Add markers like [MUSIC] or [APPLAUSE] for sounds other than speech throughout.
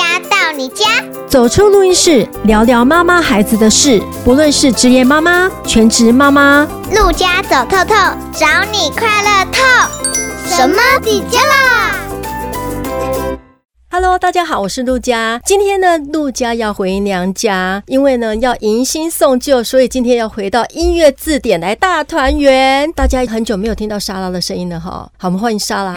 回家。走出录音室，聊聊妈妈孩子的事，不论是职业妈妈、全职妈妈，陆家走透透，找你快乐透。什么底家啦？ Hello，大家好，我是陆佳。今天呢，陆佳要回娘家，因为呢要迎新送旧，所以今天要回到音乐字典来大团圆。大家很久没有听到莎拉的声音了哈，好，我们欢迎莎 [LAUGHS] 拉。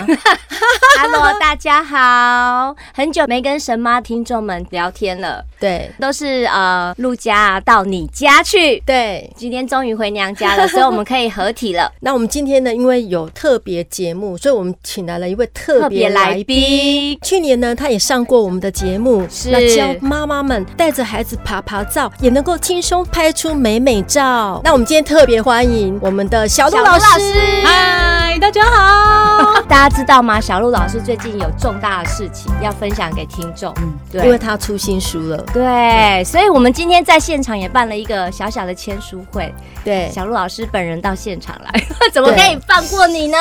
Hello，大 [LAUGHS] 家好，很久没跟神妈听众们聊天了，对都是呃陆家啊到你家去，对，今天终于回娘家了，所以我们可以合体 [LAUGHS] 了。那我们今天呢，因为有特别节目，所以我们请来了一位特特别别来来宾。宾，去年呢，他也上过我们的节目，是那教妈妈们带着孩子爬爬照，也能够轻松拍出美美照。那我们今天特别欢迎我们的小鹿小鹿老老师。师， [LAUGHS] 嗨，大家好。 [LAUGHS] 大家知道吗？小鹿老师最近有重大的事情要分享给听众，因为对。他出新书了，对，所以我们今天在现场也办了一个小小的签书会，对，小鹿老师本人到现场来， [LAUGHS] 怎么可以放过你呢？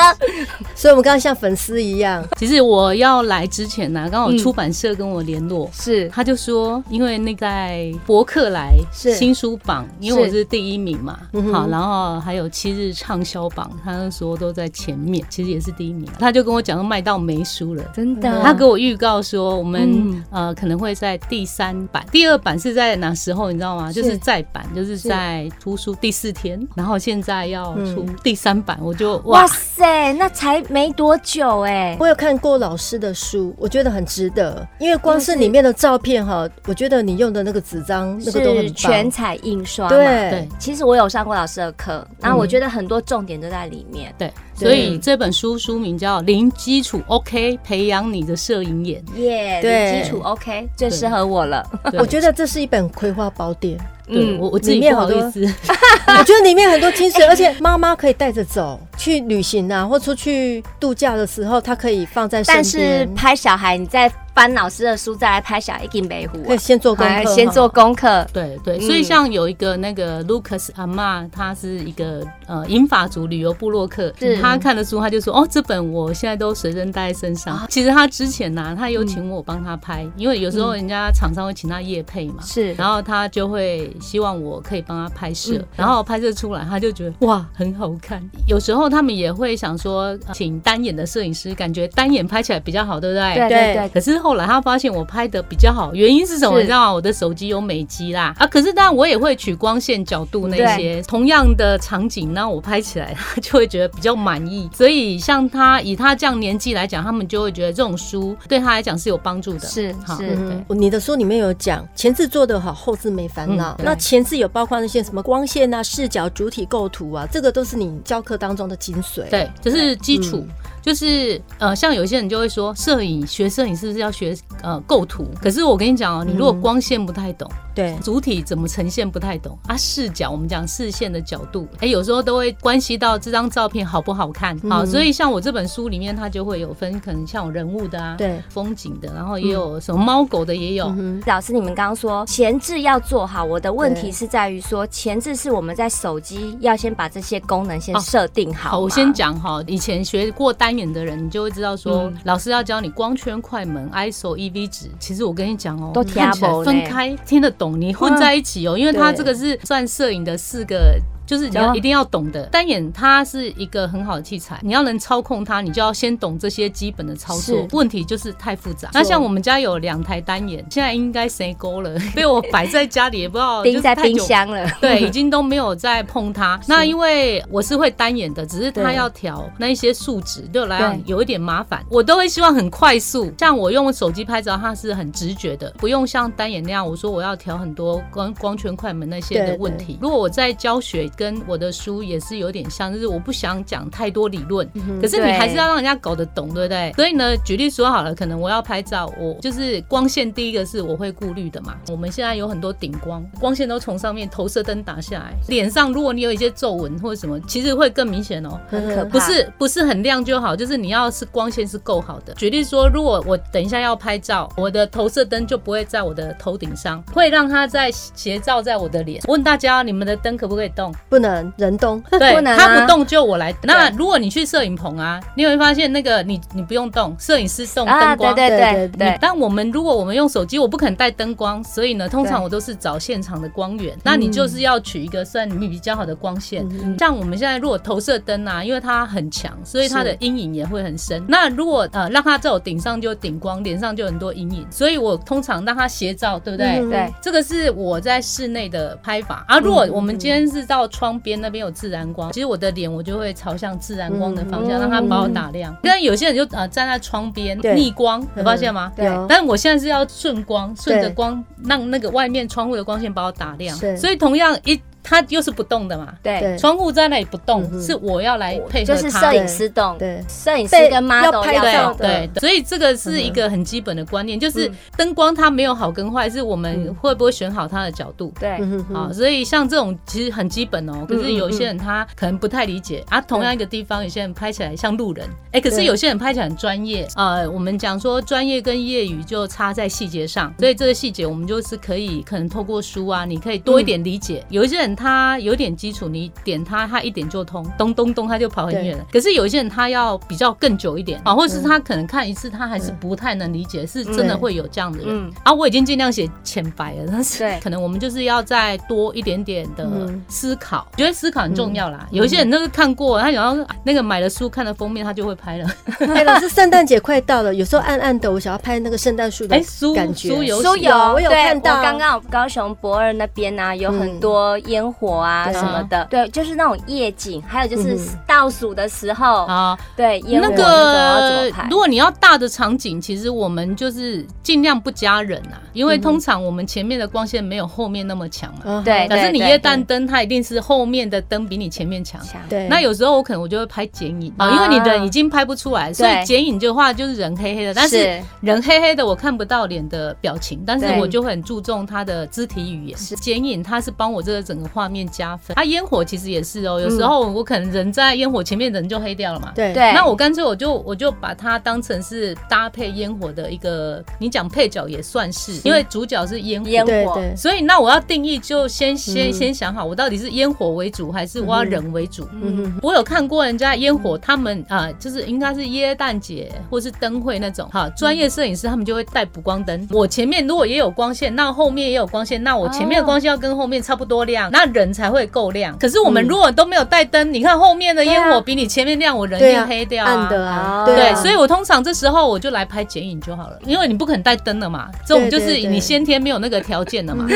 所以我们刚刚像粉丝一样，其实我要来之前呢、刚好出版社跟我联络。是他就说，因为那在博客来是新书榜，因为是我是第一名嘛嗯哼，好，然后还有七日畅销榜，他就说都在前面，其实也是第一名。他就跟我讲说卖到没书了，真的，他给我预告说我们、嗯呃可能会在第三版，第二版是在哪时候你知道吗？是就是再版，就是在出书第四天，然后现在要出第三版，我就哇哇塞，那才没多久哎、我有看过老师的书，我觉得很值得，因为光是里面的照片哈，我觉得你用的那个纸张那个都很是棒，全彩印刷嘛。对对，其实我有上过老师的课，然后我觉得很多重点都在里面。对，所以这本书书名叫《零基础 OK 培养你的摄影眼耶、对零基础 OK 最适合我了。》 [LAUGHS] 嗯对。我觉得这是一本葵花宝典，对我我自里己面不好好多意思， [LAUGHS] 我觉得里面很多精髓，而且妈妈可以带着走去旅行啊，或出去度假的时候，她可以放在身但是边，拍小孩，你再翻老师的书再来拍小孩，一定没糊可以。先做功哎课，先做。功课。 [LAUGHS] 对对，所以嗯像有一个那个 Lucas 阿妈，他是一个呃英法族旅游部落客是，他看了书，他就说哦，这本我现在都随身带在身啊上。其实他之前呢、他有嗯请我帮他拍，因为有时候人家厂商会请他夜配嘛，是然后他就会希望我可以帮他拍摄嗯，然后拍摄出来，他就觉得哇很好看。有时候他们也会想说，呃请单眼的摄影师，感觉单眼拍起来比较好，对不对？对对对对，可是后来他发现我拍的比较好，原因是什么？是你知道吗？我的手机有美肌啦啊！可是当然我也会取光线、角度那些同样的场景，那我拍起来 [LAUGHS] 他就会觉得比较满意。所以像他以他这样年纪来讲，他们就会觉得这种书对他来讲是有帮助的。是好是嗯嗯，你的书里面有讲前置做得好，后置没烦恼嗯。对那前置有包括那些什么光线啊、视角、主体构图啊，这个都是你教课当中的精髓。对，这是基础嗯。就是呃，像有些人就会说，摄影学摄影是不是要学呃构图？可是我跟你讲哦、你如果嗯光线不太懂，对主体怎么呈现不太懂啊，视角我们讲视线的角度，哎、有时候都会关系到这张照片好不好看。好，嗯所以像我这本书里面，它就会有分，可能像有人物的啊，对风景的，然后也有什么猫狗的也有。嗯老师，你们刚刚说前置要做好，我的问对题是在于说前置是我们在手机要先把这些功能先哦设定好、好，我先。讲哈，以前学过单眼的人，你就会知道说，嗯老师要教你光圈、快门、ISO、EV 值。E 其实我跟你讲哦、都看起来听不懂分呢开听得懂，你混在一起哦、因为它对这个是算摄影的四个。就是你要哦一定要懂的，单眼它是一个很好的器材，你要能操控它，你就要先懂这些基本的操作是。问题就是太复杂。那像我们家有两台单眼，现在应该谁勾了， [LAUGHS] 被我摆在家里也不知道，冰在哦就是太冰久箱了，对，已经都没有再 [LAUGHS] 碰它。那因为我是会单眼的，只是它对要调那一些数值，对我来对讲有一点麻烦。我都会希望很快速，像我用手机拍照，它是很直觉的，不用像单眼那样，我说我要调很多光光圈、快门那些对的问题。如果我在教学跟我的书也是有点像，就是我不想讲太多理论，嗯可是你对还是要让人家搞得懂，对不对？所以呢，举例说好了，可能我要拍照，我就是光线，第一个是我会顾虑的嘛。我们现在有很多顶光，光线都从上面投射灯打下来，脸上如果你有一些皱纹或者什么，其实会更明显哦。嗯哼，很可怕不是不是很亮就好，就是你要是光线是够好的。举例说，如果我等一下要拍照，我的投射灯就不会在我的头顶上，会让它在斜照在我的脸。问大家，你们的灯可不可以动？不能人动，对，不能啊他不动就我来。那如果你去摄影棚啊，你会发现那个你你不用动，摄影师动啊，对灯光。对对对对对你但我们如果我们用手机，我不肯带灯光，所以呢，通常对我都是找现场的光源。那你就是要取一个算你比较好的光线。嗯像我们现在如果投射灯啊，因为它很强，所以它的阴影也会很深。那如果呃让它在我顶上就顶光，脸上就很多阴影，所以我通常让它斜照，对不对？嗯对，这个是我在室内的拍法啊。如果我们今天是到窗边那边有自然光，其实我的脸我就会朝向自然光的方向，嗯让它把我打亮。但有些人就呃站在窗边对逆光，有发现吗？对对但我现在是要顺光，顺着对光让那个外面窗户的光线把我打亮是，所以同样一它又是不动的嘛，对，对窗户在那里不嗯动，哼是我要来配合就是它摄。影师动，对摄影师被跟要 model 拍要照动对的对，所以这个是一个很基本的观念，就是灯光它没有好跟坏，是我们嗯会不会选好它的角度。对嗯哼啊，所以像这种其实很基本哦，可是嗯嗯有一些人他可能不太理解啊。同样一个地方，有些人拍起来像路人，哎，可是对有些人拍起来很专业。呃，我们讲说专业跟业余就差在细节上，所以这个细节我们就是可以可能透过书啊，你可以多一点理解。有一些人他有点基础，你点他他一点就通，咚咚咚他就跑很远了。可是有一些人他要比较更久一点啊，或是他可能看一次他还是不太能理解，是真对的会有这样的人。嗯啊，我已经尽量写浅白了，但是对可能我们就是要再多一点点的嗯思考，觉得思考很重要啦。嗯有一些人那个看过，他想要那个买了书看了封面，他就会拍了。哎，老师，圣诞节快到了，有时候暗暗的，我想要拍那个圣诞树的哎书感觉。书有都写有，我有对看到我刚刚有高雄博二那边啊，有嗯很多烟火啊对啊什么嗯的，对，就是那种夜景，还有就是嗯倒数的时候，啊，对，烟火那嗯那个个要怎么拍如？果你要大的场景，其实我们就是尽量不加人啊，因嗯为通常我们前面的光线没有后面那么强嘛。啊对可是你嗯对夜蛋灯，它一定是后面的灯比你前面强。强对，那有时候我可能我就会拍剪影啊，啊因为你人已经拍不出来，所对以剪影的话就是人黑黑的，但是是人黑黑的我看不到脸的表情，但是对我就很注重他的肢体语言。剪影它是帮我这个整个画面加分，它烟火其实也是哦，有时候我可能人在烟火前面人就黑掉了嘛。对对，那我干脆我就我就把它当成是搭配烟火的一个，你讲配角也算是，因为主角是烟火，烟对火对，所以那我要定义就先先嗯先想好，我到底是烟火为主还是我要人为主？嗯哼我有看过人家烟火，他们啊、呃就是应该是耶诞节或是灯会那种哈，专业摄影师他们就会带补光灯。我前面如果也有光线，那后面也有光线，那我前面的光线要跟后面差不多亮，那人才会够亮。可是我嗯们如果都没有带灯，你看后面的烟对啊火比你前面亮，我人对就啊黑掉、啊，暗的啊，哦对，啊所以我通常这时候我就来拍剪影就好了，因为你不肯带灯了嘛，这种就对是对对你先天没有那个条件嗯的嘛。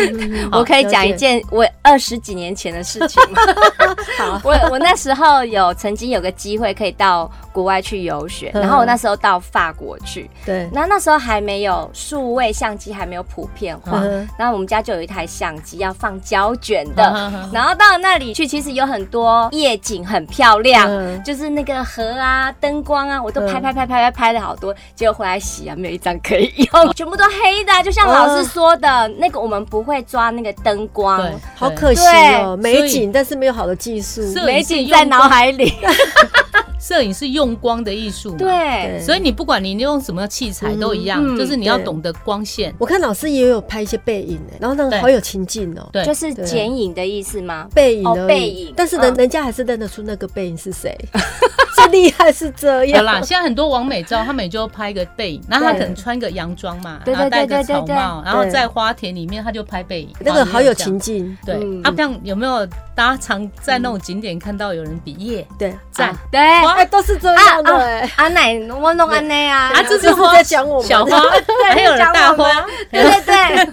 我可以讲一，件我二十几年前的事情。 [LAUGHS] 好我我那时候有曾经有个机会可以到国外去游学，嗯然后我那时候到法国去，嗯对，那那时候还没有数位相机还没有普遍化，嗯然后我们家就有一台相机要放胶卷的，的然后到那里去，其实有很多夜景很漂亮。嗯就是那个河啊，灯光啊，我都拍嗯拍拍拍拍拍了好多，结果回来洗啊，没有一张可以用，全部都黑的啊、就像老师说的，那个我们不会抓那个灯光， [LAUGHS] 对，好对可惜哦，对美所以景，但是没有好的技术，摄美景在脑海里。摄影是用光的 [LAUGHS] 艺术嘛，对，嗯所以你不管你用什么器材都一样，嗯嗯就是你要对懂得光线。我看老师也有拍一些背影哎，然后那个对好有情境哦，对，就是剪影的意思吗？背影哦而已背影但是人嗯人家还是认得出那个背影是谁， [LAUGHS] 这厉害是这 [LAUGHS] 有样啦，现在很多网美照，他们也就拍个背影，然后他对可能穿个洋装嘛，对然对后戴对个对对草对帽，然后对在花田里面他就拍背影，那个好有情。情境，对嗯啊，像有没有大家常在那种景点看到有人比耶对，赞？啊对哇哎，都是这样的哎，阿啊奶，我弄安内啊，啊，这是就是花在讲我们小 [LAUGHS] 花，还有人大花， [LAUGHS] 对对对，就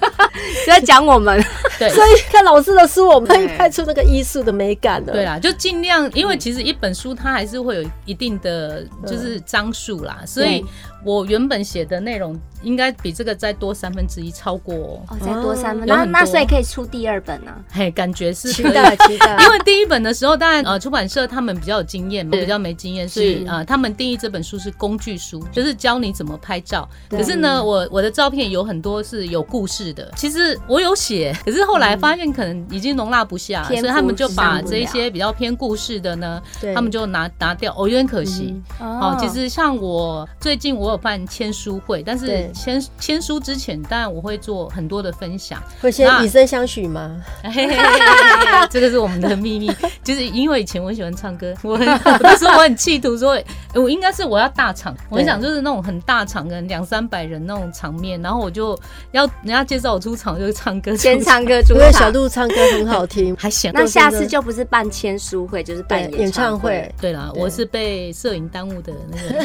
在讲我们，[LAUGHS] 对所以看老师的书，我们可以对拍出那个艺术的美感了。对啦，就尽量，因为其实一本书它还是会有一定的就是章数啦，所以我原本写的内容应该比这个再多三分之一，超过哦、哦，再多三分，有那很那多所以可以出第二本啊，嘿，感觉是期可以待期待， [LAUGHS] 因为第一本的时候，当然呃，出版社他们比较有经验，我比较没经验，所以呃，他们定义这本书是工具书，就是教你怎么拍照。可是呢，我我的照片有很多是有故事的，其实我有写，可是后来发现可能已经容纳不下，所篇以幅他们就把上不这一了些比较偏故事的呢，对 [LAUGHS] 他们就拿拿掉，哦，有点可惜。嗯哦，其实像我最近我有办签书会，但是对前签签书之前，当然我会做很多的 [LAUGHS] 分享。 [LAUGHS] 会先那以身相许吗？嘿嘿嘿嘿嘿这个是我们的秘密，就是因为以前我喜欢唱歌，我很我那时候我很企图说，诶我应该是我要大场，我很想就是那种很大场，可能两三百人那种场面，然后我就要人家介绍我出场就是唱歌，，先唱 [LAUGHS] 歌主因为小场。鹿唱歌很好听 [LAUGHS] 还行。那下次就不是办签书会，就是办对，演演唱会会。。对啦，对我是被摄影耽误的 [LAUGHS] 那个，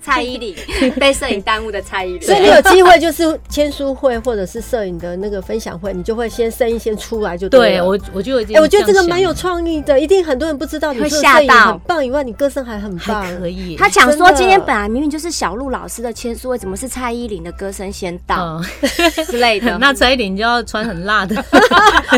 蔡依 [LAUGHS] 林被摄影耽误的蔡依所以林，你有机会就是签书会或者是摄影的那个分享会，你就会先声音先出来就对了我我就已经哎、我觉得这个蛮有想创意的，一定很多人不知道你会做吓摄影到很棒以外，你歌声还 [LAUGHS] 很棒，还可以，他讲说真的今天本来明明就是小鹿老师的签书会，怎么是蔡依林的歌声先到嗯，之类的？ [LAUGHS] 那蔡依林就要穿很辣的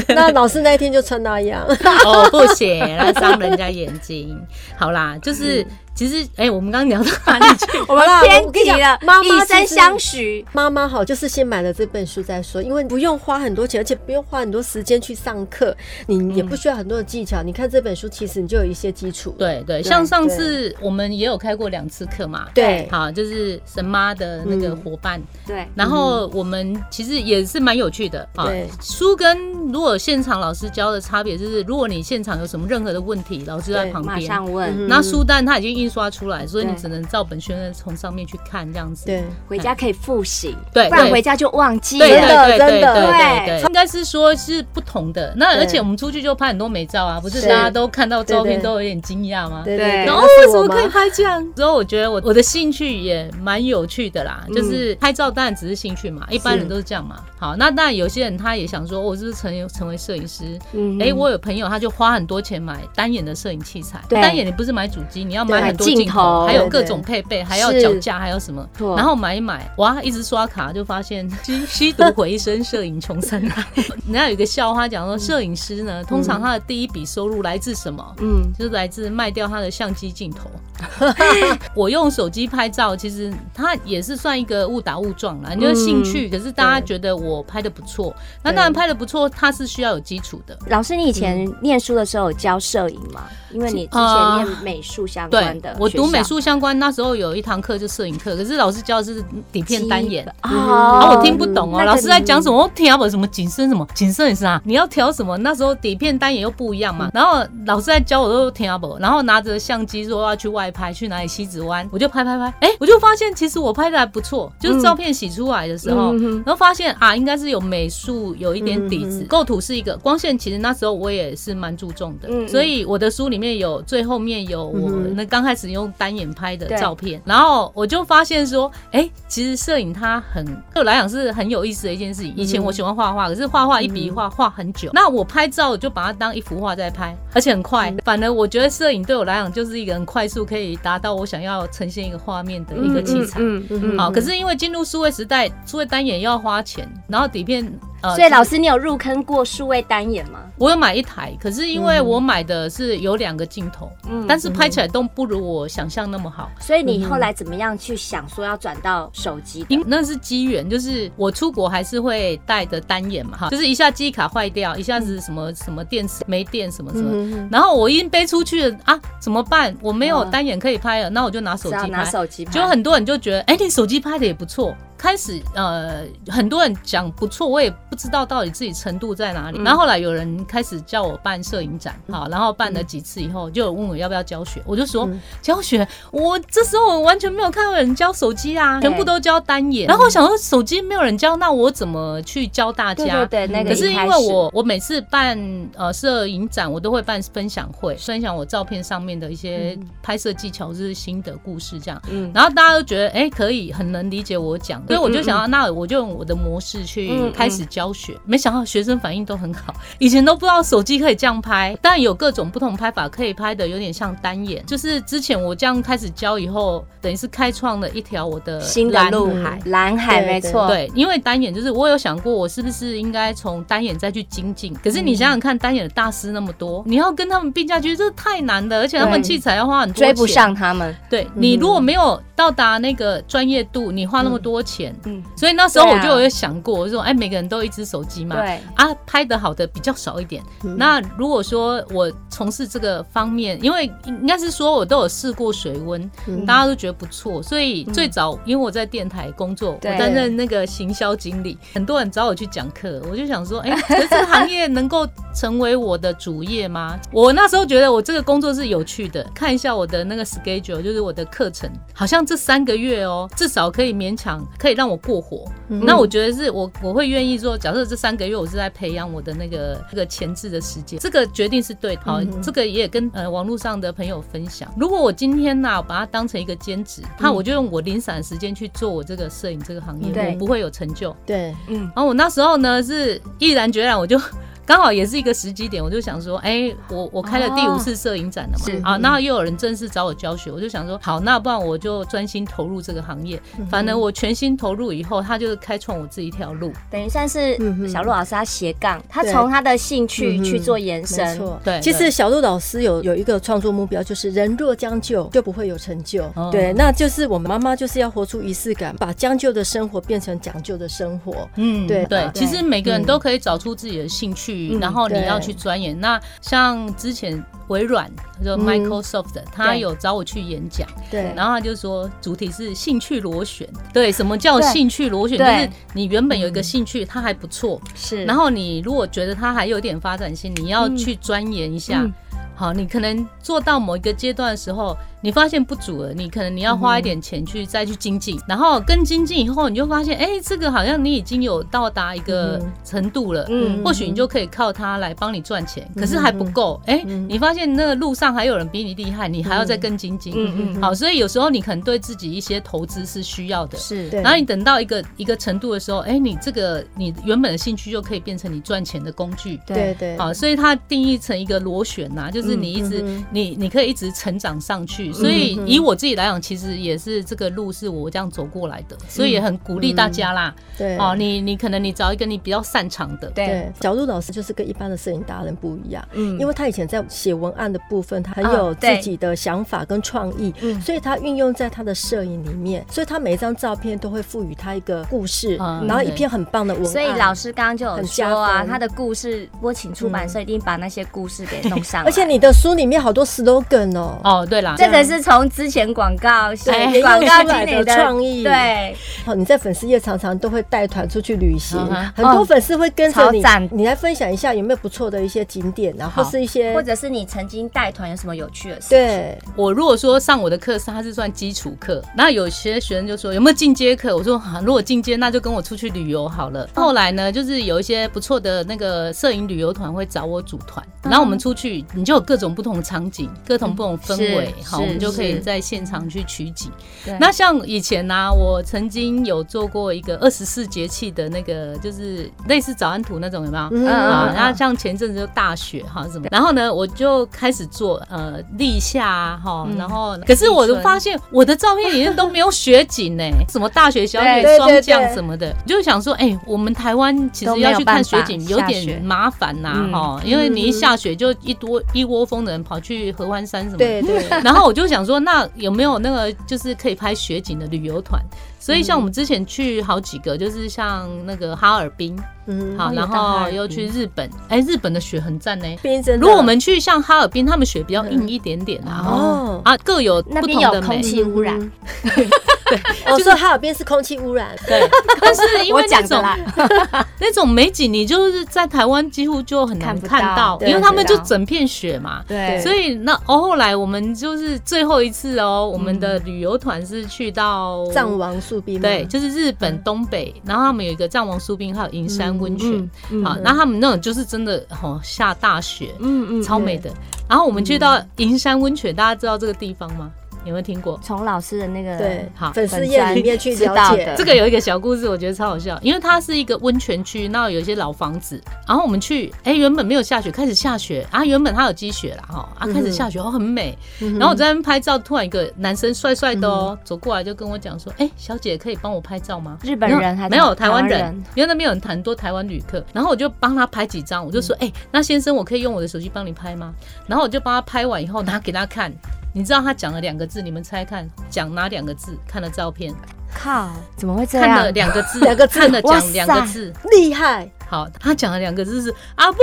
那老师那一天就穿那样， [LAUGHS] 哦，不行，来伤人家眼睛。好啦，就是、其实哎、我们刚刚聊到哪里去？我们好啦偏我跟你题讲了，妈妈以身其实相许。妈妈好，就是先买了这本书再说，因为不用花很多钱，而且不用花很多时间去上课，你也不需要很多的技巧。你看这本书，其实你就有一些基础。对对，像上次我们也有开过两次课嘛。对好，就是神妈的那个伙伴，对，然后我们其实也是蛮有趣的啊对。书跟如果现场老师教的差别，就是如果你现场有什么任何的问题，老师在对旁马边，上问，嗯那书单它已经印刷出来，所以你对只能照本宣科从上面去看这样子。对，回家可以复习，对不然对回家就忘记对真了。的对对真的对对对对，应该是说是不同的。那对而且我们出去就拍很多美照啊，不是是大家都看到照对片对都有点惊讶吗？对对对，然那后哦是为什我么可以妈拍这样？之后我觉得我我的兴趣也蛮有趣的嗯啦，就是拍照当然只是兴趣嘛，一般人都是这样嘛。好，那当然有些人他也想说，哦我是不是成成为摄影师？嗯哎，我有朋友他就花很多钱买单眼的摄影器材，对单眼你不是买主机，你要对买很多买镜镜头，头还有对各对种配备，还要是脚架，还有什么错，然后买一买，哇，一直刷卡就发现 [LAUGHS] 吸吸毒毁一生，摄影穷三代。 [LAUGHS] 人家有一个笑话讲说，摄影师呢，通常他的第一笔收入来自什么？嗯，就是来自卖掉他的相机 [LAUGHS] 镜头。我用手机拍照，其实它也是算一个误打误撞嗯啦，就是兴趣。可是大家觉得我拍的不错，那当然拍的不错，它是需要有基础的。老师，你以前念书的时候有教摄影吗？因为你之前呃念美术相关嗯对的学校，，我读美术相关，那时候有一堂课就摄影课，可是老师教的是底片单眼。哦然后我听不懂哦，嗯那个老师在讲什么？我听不懂什么景深什么景深也是啊，你要调什么？那时候底片单眼又不一样嗯嘛。然后老师在教我都听不懂，然后拿着相机说要去外拍，去哪里西子湾，我就拍拍拍，哎，我就发现其实我拍的还不错，就是照片洗出来的时候，嗯嗯嗯嗯哼然后发现啊，应该是有美术有一点底子，构图是一个，光线其实那时候我也是蛮注重的，嗯嗯所以我的书里面有最后面有我嗯哼那刚开始用单眼拍的对照片，然后我就发现说，哎、其实摄影它很对我来讲是很有意思的一件事情。以嗯前我喜欢画画，可是画画一笔一画画很久，那我拍照我就把它当一幅画在拍，而且很快。嗯反而我觉得摄影对我来讲就是一个很快速可以达到我想要呈现一个画面的一个器材。嗯嗯嗯好，可是因为进入数位时代，数位单眼又要花钱，然后底片呃，所以就是老师，你有入坑过数位单眼吗？我有买一台，可是因为我买的是有两个镜头，嗯但是拍起来都不如我想象那么好。所以你后来怎么样去想说要转到手机的因？那是机缘，就是我出国还是会带着单眼嘛，哈，就是一下记忆卡坏掉，一下嗯子什么什么电池没电什么什么，嗯然后我已经背出去了啊，怎么办？我没有嗯单眼可以拍了，那我就拿手只要机啊拿拍。手机拍，就很多人就觉得，哎、你手机拍的也不错。开始呃，很多人讲不错，我也不知道到底自己程度在嗯哪里。然后后来有人开始叫我办摄影展，好，然后办了几次以后，就有问我要不要教嗯学，我就说、教学，我这时候我完全没有看到有人教手机啊，对嗯全部都教单眼。然后我想说手机没有人教，那我怎么去教大家？对对对，那个可是一因开为始我我每次办呃摄影展，我都会办分享会，分享我照片上面的一些拍摄技巧，就是心得故事这样。嗯然后大家都觉得哎、可以很能理解我讲的，所以我就想要，那我就用我的模式嗯去嗯开始教学。没想到学生反应都很好，以前都不知道手机可以这样拍，但有各种不同拍法可以拍的，有点像单眼。就是之前我这样开始教以后，等于是开创了一条我的新的蓝路海。蓝海对没对错，对，因为单眼就是我有想过，我是不是应该从单眼再去精进？可是你嗯想想看，单眼的大师那么多，你要跟他们并驾齐驱，这太难了，而且他们对器材要花很多追不钱。上他们。对你如果没有到达那个专业度，你花那么多钱，嗯，所以那时候对我啊就有想过，我说哎，每个人都一只手机嘛，对，嗯啊，拍的好的比较少一点。那如果说我从事这个方面，因为应该是说我都有试过水温，嗯大家都觉得不错，所以最早、因为我在电台工作，我对担任那个行销经理，很多人找我去讲课，我就想说，哎、 [LAUGHS] 可是这个行业能够成为我的主业吗？我那时候觉得我这个工作是有趣的，看一下我的那个 schedule，就是我的课程，好像这三个月哦，至少可以勉强可以让我过火。嗯那我觉得是我我会愿意说，假设这三个月我是在培养我的那个这个前置的时间，这个决定是对的。好，这个也跟呃网络上的朋友分享。如果我今天呐、把它当成一个兼职，那我就用我零散的时间去做我这个摄影这个行业，对我不会有成就。对，嗯，然后我那时候呢是毅然决然，我就 [LAUGHS] 刚好也是一个时机点，我就想说，哎、我我开了第五次摄影展了嘛，是啊，那又有人正式找我教学，我就想说，好，那不然我就专心投入这个行业。反正我全心投入以后，他就是开创我自己一条路。等于算是嗯哼小鹿老师他斜杠，他对从他的兴趣嗯去做延没伸，错，对其对实小鹿老师有有一个创作目标，就是人若将就，就不会有成就。哦对，那就是我们妈妈就是要活出仪式感，把将就的生活变成讲究的生活。嗯对对对，其实每个人都可以找出自己的兴趣，嗯然后你对要去钻研。那像之前微软就 Microsoft，的他有找我去演讲，对，然后他就说主题是兴趣螺旋。对，什么叫对兴趣螺旋？就对是你原本有一个兴趣，它还不错，是，然后你如果觉得它还有点发展性，你要去钻研一下。嗯好，你可能做到某一个阶段的时候，你发现不足了，你可能你要花一点钱去、再去精进，然后更精进以后，你就发现，哎、这个好像你已经有到达一个程度了。嗯或许你就可以靠它来帮你赚钱，可是还不够。哎、你发现那个路上还有人比你厉害，你还要再更精进。嗯嗯嗯好，所以有时候你可能对自己一些投资是需要的。是，对然后你等到一个一个程度的时候，哎，你这个你原本的兴趣就可以变成你赚钱的工具。对对，啊，所以它定义成一个螺旋呐、就是你一直、嗯你你可以一直成长上去。所以以我自己来讲，其实也是这个路是我这样走过来的，所以也很鼓励大家啦。嗯对，哦、你你可能你找一个你比较擅长的，对，对，小鹿老师就是跟一般的摄影达人不一样，嗯因为他以前在写文案的部分，他啊很哦有自对己的想法跟创意，嗯所以他运用在他的摄影里面，所以他每一张照片都会赋予他一个故事，嗯然后一对篇很棒的文案。所以老师刚刚就有很加说啊，分他的故事，波请出版社一定把那些故事给弄上 [LAUGHS] 来，而且你的书里面好多 slogan 哦，哦，对啦，这个是从之前广告、哎对广告沿用出来经理的创意对，哦，你在粉丝页常常都会带团出去旅行，嗯哼哦很多粉丝会跟着超你。赞你来分享一下有没有不错的一些景点啊，然后好是一些或者是你曾经带团有什么有趣的事？，对我如果说上我的课是它是算基础课，那有些学生就说有没有进阶课？我说啊，如果进阶，那就跟我出去旅游好嗯了。后来呢，就是有一些不错的那个摄影旅游团会找我组团，嗯然后我们出去，你就有各种不同的场景，各种不同氛围，是好，是我们就可以是在现场去取景对。那像以前呢、啊我曾经有做过一个二十四节气的那个，就是类似早安图那种，有没有？嗯啊，然嗯后像前阵子就大雪哈什么，然后呢，我就开始做呃立夏啊嗯哈，嗯然后可是我就发现我的照片里面都没有雪 [LAUGHS] 景呢，什么大雪、小对雪、对霜降对什么的，就想说，哎，我们台湾其都实没要有去看办雪法景有下雪点麻烦呐嗯哈，因为你一下雪就一多一窝蜂的人跑去合欢山什么的，嗯对 [LAUGHS] 对，然后我就想说，那有没有那个就是可以拍雪景的旅游团？所以像我们之前去好几个，就是像那个哈尔滨，嗯，好，哦然有到哈后尔又滨去日本，哎、日本的雪很赞呢、冰真的如果我们去像哈尔滨，他们雪比较硬一点点啊，哦嗯啊，各有嗯那不边同有的美空。气污染，哦，所以哈尔滨是空气污染，对，但是 [LAUGHS] 因我为那讲的种啦，那种美景，你就是在台湾几乎就很难看不看到到，对因为他们就对啊整片雪嘛。对所以那哦，后来我们就是最后一次哦，我们的旅游团是去到藏王树冰吗对，就是日本东北，然后他们有一个藏王苏冰，还有银山温泉。嗯嗯好，那他们那种就是真的哦，下大雪，嗯嗯，超美的。然后我们去到银山温泉，大家知道这个地方吗？有没有听过？从老师的那个对好粉丝页里面去知了道解的这个有一个小故事，我觉得超好笑，因为它是一个温泉区，那有一些老房子，然后我们去，哎、原本没有下雪，开始下雪，啊，原本它有积雪啦，哈，啊，开始下雪，哦，很美。然后我在那边拍照，突然一个男生帅帅的哦、走过来就跟我讲说，哎、小姐可以帮我拍照吗？日本人还是没有台湾台人，因为那边有很多台湾旅客，然后我就帮他拍几张，嗯我就说，哎、那先生，我可以用我的手机帮你拍吗？然后我就帮他拍完以后拿给他看。你知道他讲了两个字，你们猜看讲哪两个字？看了照片，靠，怎么会这啊看了样？ [LAUGHS] 两个字，两个字看了哇讲塞 [LAUGHS] 两个字。厉害，好，他讲了两个字是啊阿布，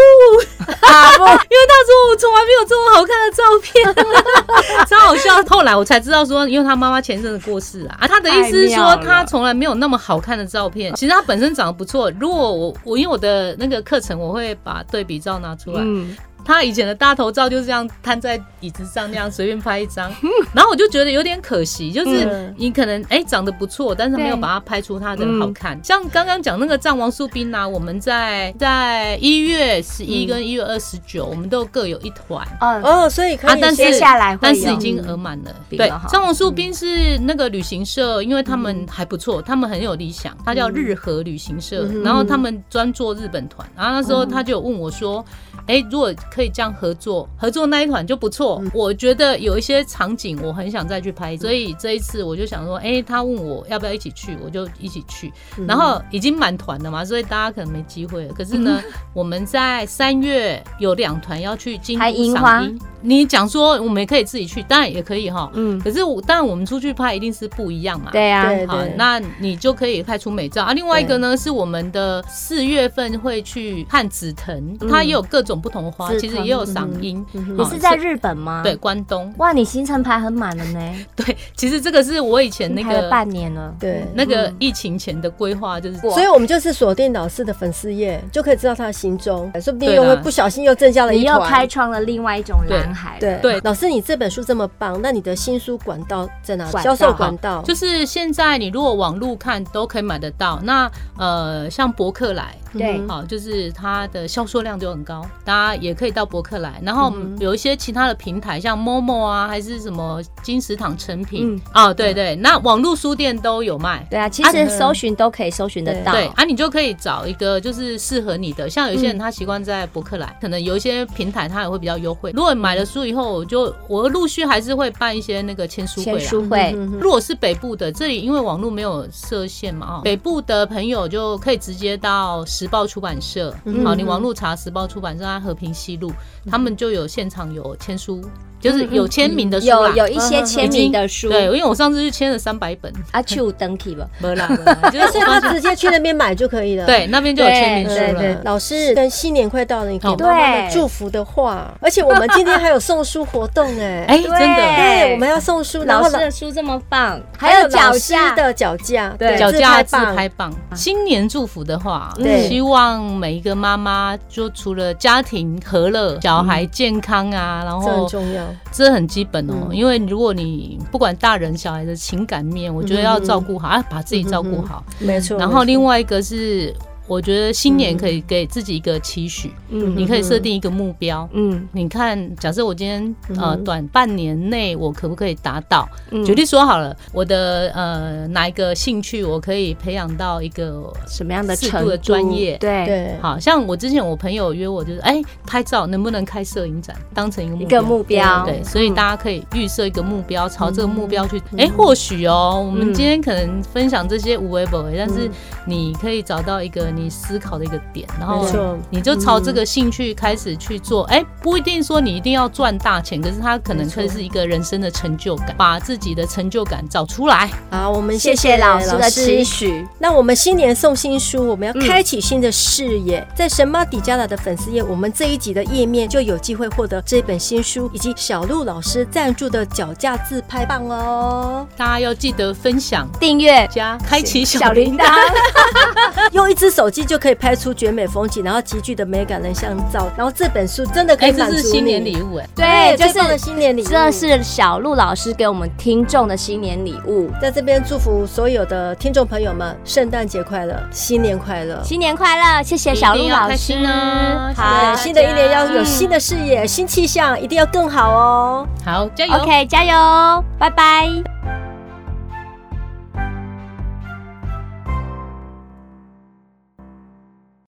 阿布，因为他 [LAUGHS] 说我从来没有这么好看的照片， [LAUGHS] 超好笑。后来我才知道说，因为他妈妈前一阵子过世啊，啊，他的意思是太妙说了他从来没有那么好看的照片。其实他本身长得不错，如果我我因为我的那个课程，我会把对比照拿出来。嗯，他以前的大头照就是这样摊在椅子上那样随便拍一张，然后我就觉得有点可惜，就是嗯你可能哎、长得不错，但是没有对把它拍出它的好看。像刚刚讲那个藏王树冰啊，我们在在一月十一跟一月二十九，我们都各有一团。嗯，哦，所以可以啊，但先是接下来会有但是已经额满了。嗯比对了哈，藏王树冰是那个旅行社，因为他们还不错，他们很有理想，它叫日和旅行社，嗯然后他们专做日本团。然后那时候他就问我说。哎、如果可以这样合作，合作那一团就不错。我觉得有一些场景我很想再去拍，所以这一次我就想说，哎、他问我要不要一起去，我就一起去。然后已经满团了嘛，所以大家可能没机会了。可是呢，我们在三月有两团要去京还都樱赏花樱，你讲说我们也可以自己去，当然也可以哈。嗯可是我当然我们出去拍一定是不一样嘛。。对啊，对好对，，那你就可以拍出美照啊。另外一个呢，是我们的四月份会去看紫藤，它也有各种不同的花，嗯紫藤嗯啊其实也有赏樱。嗯你好是在日本吗？对，关东？ [LAUGHS] 哇，你行程排很满了呢，对，其实这个是我以前那排了个半年了。对。那嗯个疫情前的规划，就是我所以，我们就是锁定老师的粉丝页，就可以知道他的行踪，说不定对啊又啦会不小心又增加了你一又团。开创了另外一种对蓝海，，对对老师，你这本书这么棒，那你的新书管道在哪里？管销道售管道就是现在你如果网路看都可以买得到。那呃，像博客来，对嗯哼好、就是它的销售量就很高，大家也可以到博客来。然后嗯哼有一些其他的平台，像 Momo 啊，还是什么金石堂成品嗯啊，哦，对对，那网络书店都有卖。对啊，其啊实搜寻都可以搜寻得到。对啊，你就可以找一个就是适合你的，像有些人他习惯在博客来，可能有一些平台它也会比较优惠。如果买了书以后，我就我陆续还是会办一些那个签书会啊签啦，书会，嗯哼如果是北部的，这里因为网络没有设限嘛，哦，北部的朋友就可以直接到时报出版社，嗯好，你网络查时报出版社，它和平西路，嗯他们就有现场有签书，就是有签名的书啊嗯啦。嗯有有一些签名的书，对，因为我上次去签了 [LAUGHS] 三百本，啊，去登记吧。没啦，没啦就是 [LAUGHS] 所以他直接去那边买就可以了。。对那边就有签名书对对了对。老师，跟新年快到了，你可以哦帮他们对祝福的话，而且我们今天还有送书活动哎、哎，真的，对，我们要送书，然老后师的书这么棒，还有老脚师架的脚架，对嗯脚自架拍自棒拍棒。新年祝福的话对，希望每一个妈妈，就除了家庭和乐、小孩健康啊，然这很后重要。这很基本哦，嗯因为如果你不管大人小孩的情感面，我觉得嗯要照顾好，啊，把自己照顾好。没错。然后另外一个是，我觉得新年可以给自己一个期许，嗯你可以设定一个目标。嗯你看，假设我今天呃嗯短半年内我可不可以达到？嗯举例说好了，我的呃哪一个兴趣我可以培养到一个什么样的适程度度的专业对，对，好像我之前我朋友约我就是，哎、拍照能不能开摄影展，当成一个目一标个目标，对，所以大家可以预设一个目标，朝这个目标去。嗯哎、或许哦，我们今天可能分享这些无为不为，但是嗯你可以找到一个你思考的一个点，然后没错你就朝这个兴趣开始去做。哎、不一定说你一定要赚大钱，可是它可能可以是一个人生的成就嗯感，把自己的成就感找出来。好，我们谢谢老师的期许，那我们新年送新书，我们要开启新的视野。在神马底加拉的粉丝页，我们这一集的页面就有机会获得这本新书以及小鹿老师赞助的脚架自拍棒哦。大家要记得分享订阅加开启小小铃铃铛。用一只手机就可以拍出绝美风景，然后极具的美感人像照。然后这本书真的可哎、以这满足你。是新年礼物 [LAUGHS] 哎、对，就最棒的是新年礼物。这是小鹿老师给我们听众的新年礼物，在这边祝福所有的听众朋友们，圣诞节快乐，新年快乐。新年快乐！谢谢小一鹿定要老开师心哦，好对，新的一年要有新的视野、新气象，一定要更好哦。好，加油。 ，OK，加油，拜拜。